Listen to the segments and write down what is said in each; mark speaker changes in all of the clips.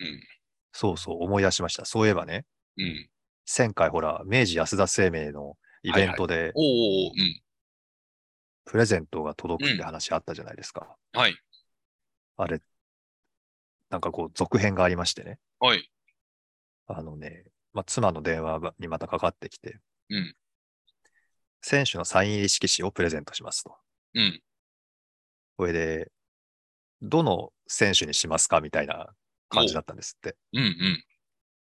Speaker 1: うん。
Speaker 2: そうそう、思い出しました。そういえばね、
Speaker 1: うん。
Speaker 2: 前回ほら、明治安田生命のイベントで
Speaker 1: おーおーうん。
Speaker 2: プレゼントが届くっ
Speaker 1: うん
Speaker 2: て話あったじゃないですか。
Speaker 1: はい。
Speaker 2: あれ、なんかこう、続編がありましてね。
Speaker 1: はい。
Speaker 2: あのね、まあ、妻の電話にまたかかってきて、
Speaker 1: うん
Speaker 2: 選手のサイン入り色紙をプレゼントしますと。
Speaker 1: うん。
Speaker 2: これで、どの選手にしますかみたいな感じだったんですって。
Speaker 1: うんうん。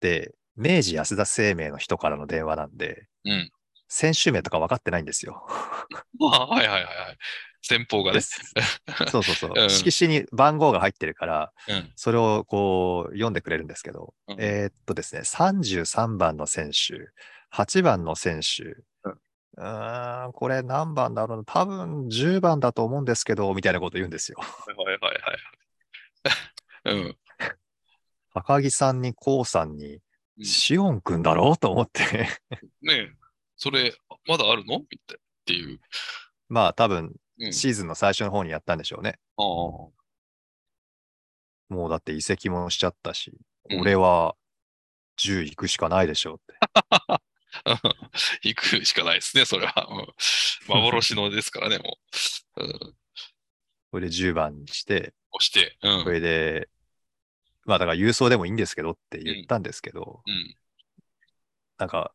Speaker 2: で、明治安田生命の人からの電話なんで、
Speaker 1: うん
Speaker 2: 選手名とか分かってないんですよ。
Speaker 1: あ はいはいはいはい。先方がね。
Speaker 2: そうそうそう。
Speaker 1: うん
Speaker 2: 色紙に番号が入ってるから、
Speaker 1: うん。
Speaker 2: それをこう読んでくれるんですけど、
Speaker 1: うん
Speaker 2: えーっとですね、33番の選手、8番の選手、
Speaker 1: う
Speaker 2: うんーん、これ何番だろうな、多分10番だと思うんですけど、みたいなこと言うんですよ。
Speaker 1: はいはいはいはい。うん。
Speaker 2: 赤木さんに、こうさんに、しおんくんだろうと思って、
Speaker 1: ねえ、それ、まだあるのみたいっていう。
Speaker 2: まあ多分
Speaker 1: うん。
Speaker 2: シーズンの最初の方にやったんでしょうね。
Speaker 1: ああ。
Speaker 2: もうだって移籍もしちゃったし、
Speaker 1: うん
Speaker 2: 俺は10行くしかないでしょうって。
Speaker 1: うん行くしかないですね、それは。うん幻のですからね、もう。うん、
Speaker 2: これで10番にして、
Speaker 1: 押して、うん。
Speaker 2: これで、まあだから郵送でもいいんですけどって言ったんですけど、
Speaker 1: うん、
Speaker 2: なんか、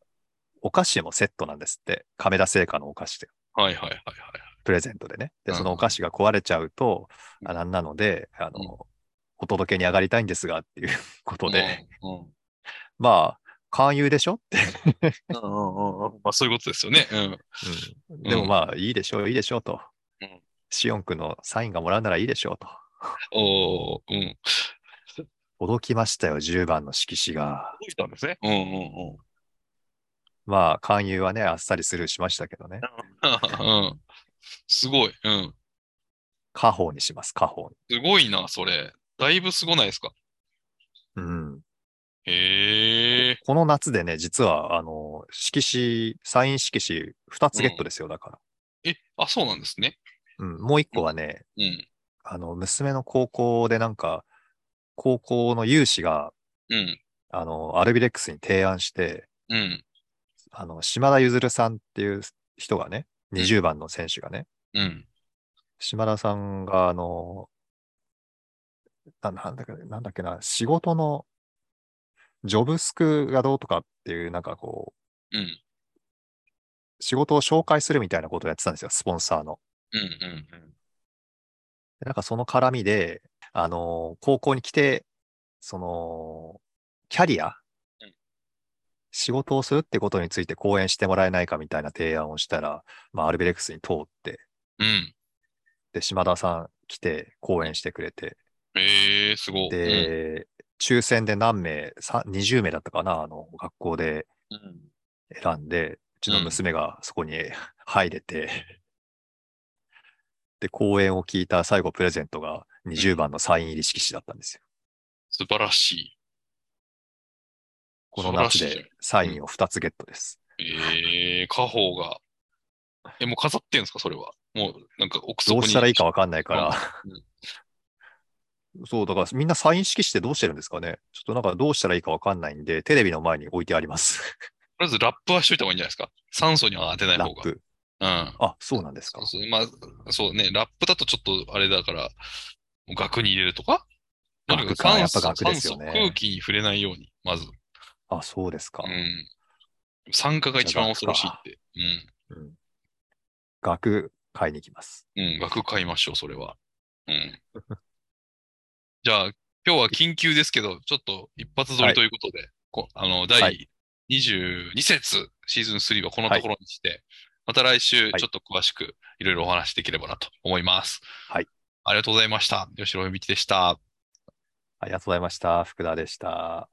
Speaker 2: お菓子もセットなんですって。亀田製菓のお菓子で、
Speaker 1: はいはいはいはい。
Speaker 2: プレゼントでね。で、
Speaker 1: うん
Speaker 2: そのお菓子が壊れちゃうと、
Speaker 1: うん
Speaker 2: あなんなので、あの、
Speaker 1: うん
Speaker 2: お届けに上がりたいんですがっていう ことで、
Speaker 1: うんうん
Speaker 2: まあ、勧誘でしょって、
Speaker 1: うんうんうんまあそういうことですよね。うん。
Speaker 2: うんでもまあ、いいでしょう、いいでしょうと。
Speaker 1: うん
Speaker 2: シオン君のサインがもらうならいいでしょうと。
Speaker 1: おーうん。
Speaker 2: 届きましたよ、10番の色紙が。
Speaker 1: 届いたんですね。うんうんうん。
Speaker 2: まあ、勧誘はね、あっさりスルーしましたけどね。
Speaker 1: うん、すごい。うん。
Speaker 2: 家宝にします、家宝に。
Speaker 1: すごいな、それ。だいぶすごないですか。
Speaker 2: うん。
Speaker 1: へえ。
Speaker 2: この夏でね、実は、あの、色紙、サイン色紙2つゲットですよ、だか
Speaker 1: え、あ、そうなんですね。
Speaker 2: ら。うん、もう1個はね、
Speaker 1: うん。
Speaker 2: あの、娘の高校でなんか、高校の有志が、
Speaker 1: うん。
Speaker 2: あの、アルビレックスに提案して、
Speaker 1: うん。
Speaker 2: あの、島田譲さんっていう人がね、20番の選手がね、
Speaker 1: うん。
Speaker 2: 島田さんが、あの、ななんだっけ、なんだっけな、仕事の、ジョブスクがどうとかっていう、なんかこう、
Speaker 1: うん。
Speaker 2: 仕事を紹介するみたいなことをやってたんですよ、スポンサーの。
Speaker 1: うん。うん。うん
Speaker 2: でなんかその絡みで、あのー高校に来て、その、キャリア、
Speaker 1: うん
Speaker 2: 仕事をするってことについて講演してもらえないかみたいな提案をしたら、まあ、アルベレックスに通って、
Speaker 1: うん。
Speaker 2: で、島田さん来て講演してくれて、
Speaker 1: へえ、すごい。うん
Speaker 2: で、抽選で何名、さ20名だったかな、あの、学校で
Speaker 1: うん
Speaker 2: 選んで、うちの娘がそこに 入れて、 で、講演を聞いた最後、プレゼントが20番のサイン入り色紙だったんですよ。
Speaker 1: 素晴らしい。
Speaker 2: この夏
Speaker 1: 素晴らしい
Speaker 2: でサインを2つゲットです。
Speaker 1: ええー、家宝が。え、もう飾ってんですか、それは。もう、なんか奥
Speaker 2: ど
Speaker 1: 底に。
Speaker 2: うしたらいいかわかんないから
Speaker 1: う ん
Speaker 2: そう、だからみんなサイン色紙ってどうしてるんですかねちょっとなんかどうしたらいいかわかんないんで、テレビの前に置いてあります。
Speaker 1: とりあえずラップはしといた方がいいんじゃないですか。酸素には当てない
Speaker 2: ラ
Speaker 1: 方
Speaker 2: ッ
Speaker 1: が。
Speaker 2: プ。
Speaker 1: うん。
Speaker 2: あ、そうなんですか
Speaker 1: そう。そうまあ、そうね、ラップだとちょっとあれだから、もう額に入れるとかとに
Speaker 2: 額
Speaker 1: かく
Speaker 2: か、や
Speaker 1: 酸
Speaker 2: っぱ
Speaker 1: 素、
Speaker 2: 額ですよ
Speaker 1: 酸素空
Speaker 2: ね。
Speaker 1: 気に触れないように、まず。
Speaker 2: あ、そうですか
Speaker 1: う。ん。酸化が一番恐ろしいって。
Speaker 2: うん、額買いに行きます。
Speaker 1: うん。うん、額買いましょう、それは。うん。 じゃあ、今日は緊急ですけど、ちょっと一発撮りということで、こあの、
Speaker 2: は
Speaker 1: 第
Speaker 2: い
Speaker 1: 22節、シーズン3はこのところにして、また来
Speaker 2: は
Speaker 1: 週、
Speaker 2: い
Speaker 1: ちょっと詳しくいろいろお話できればなと思います。
Speaker 2: はい。
Speaker 1: ありがとうございました。吉野由美でした。
Speaker 2: ありがとうございました。福田でした。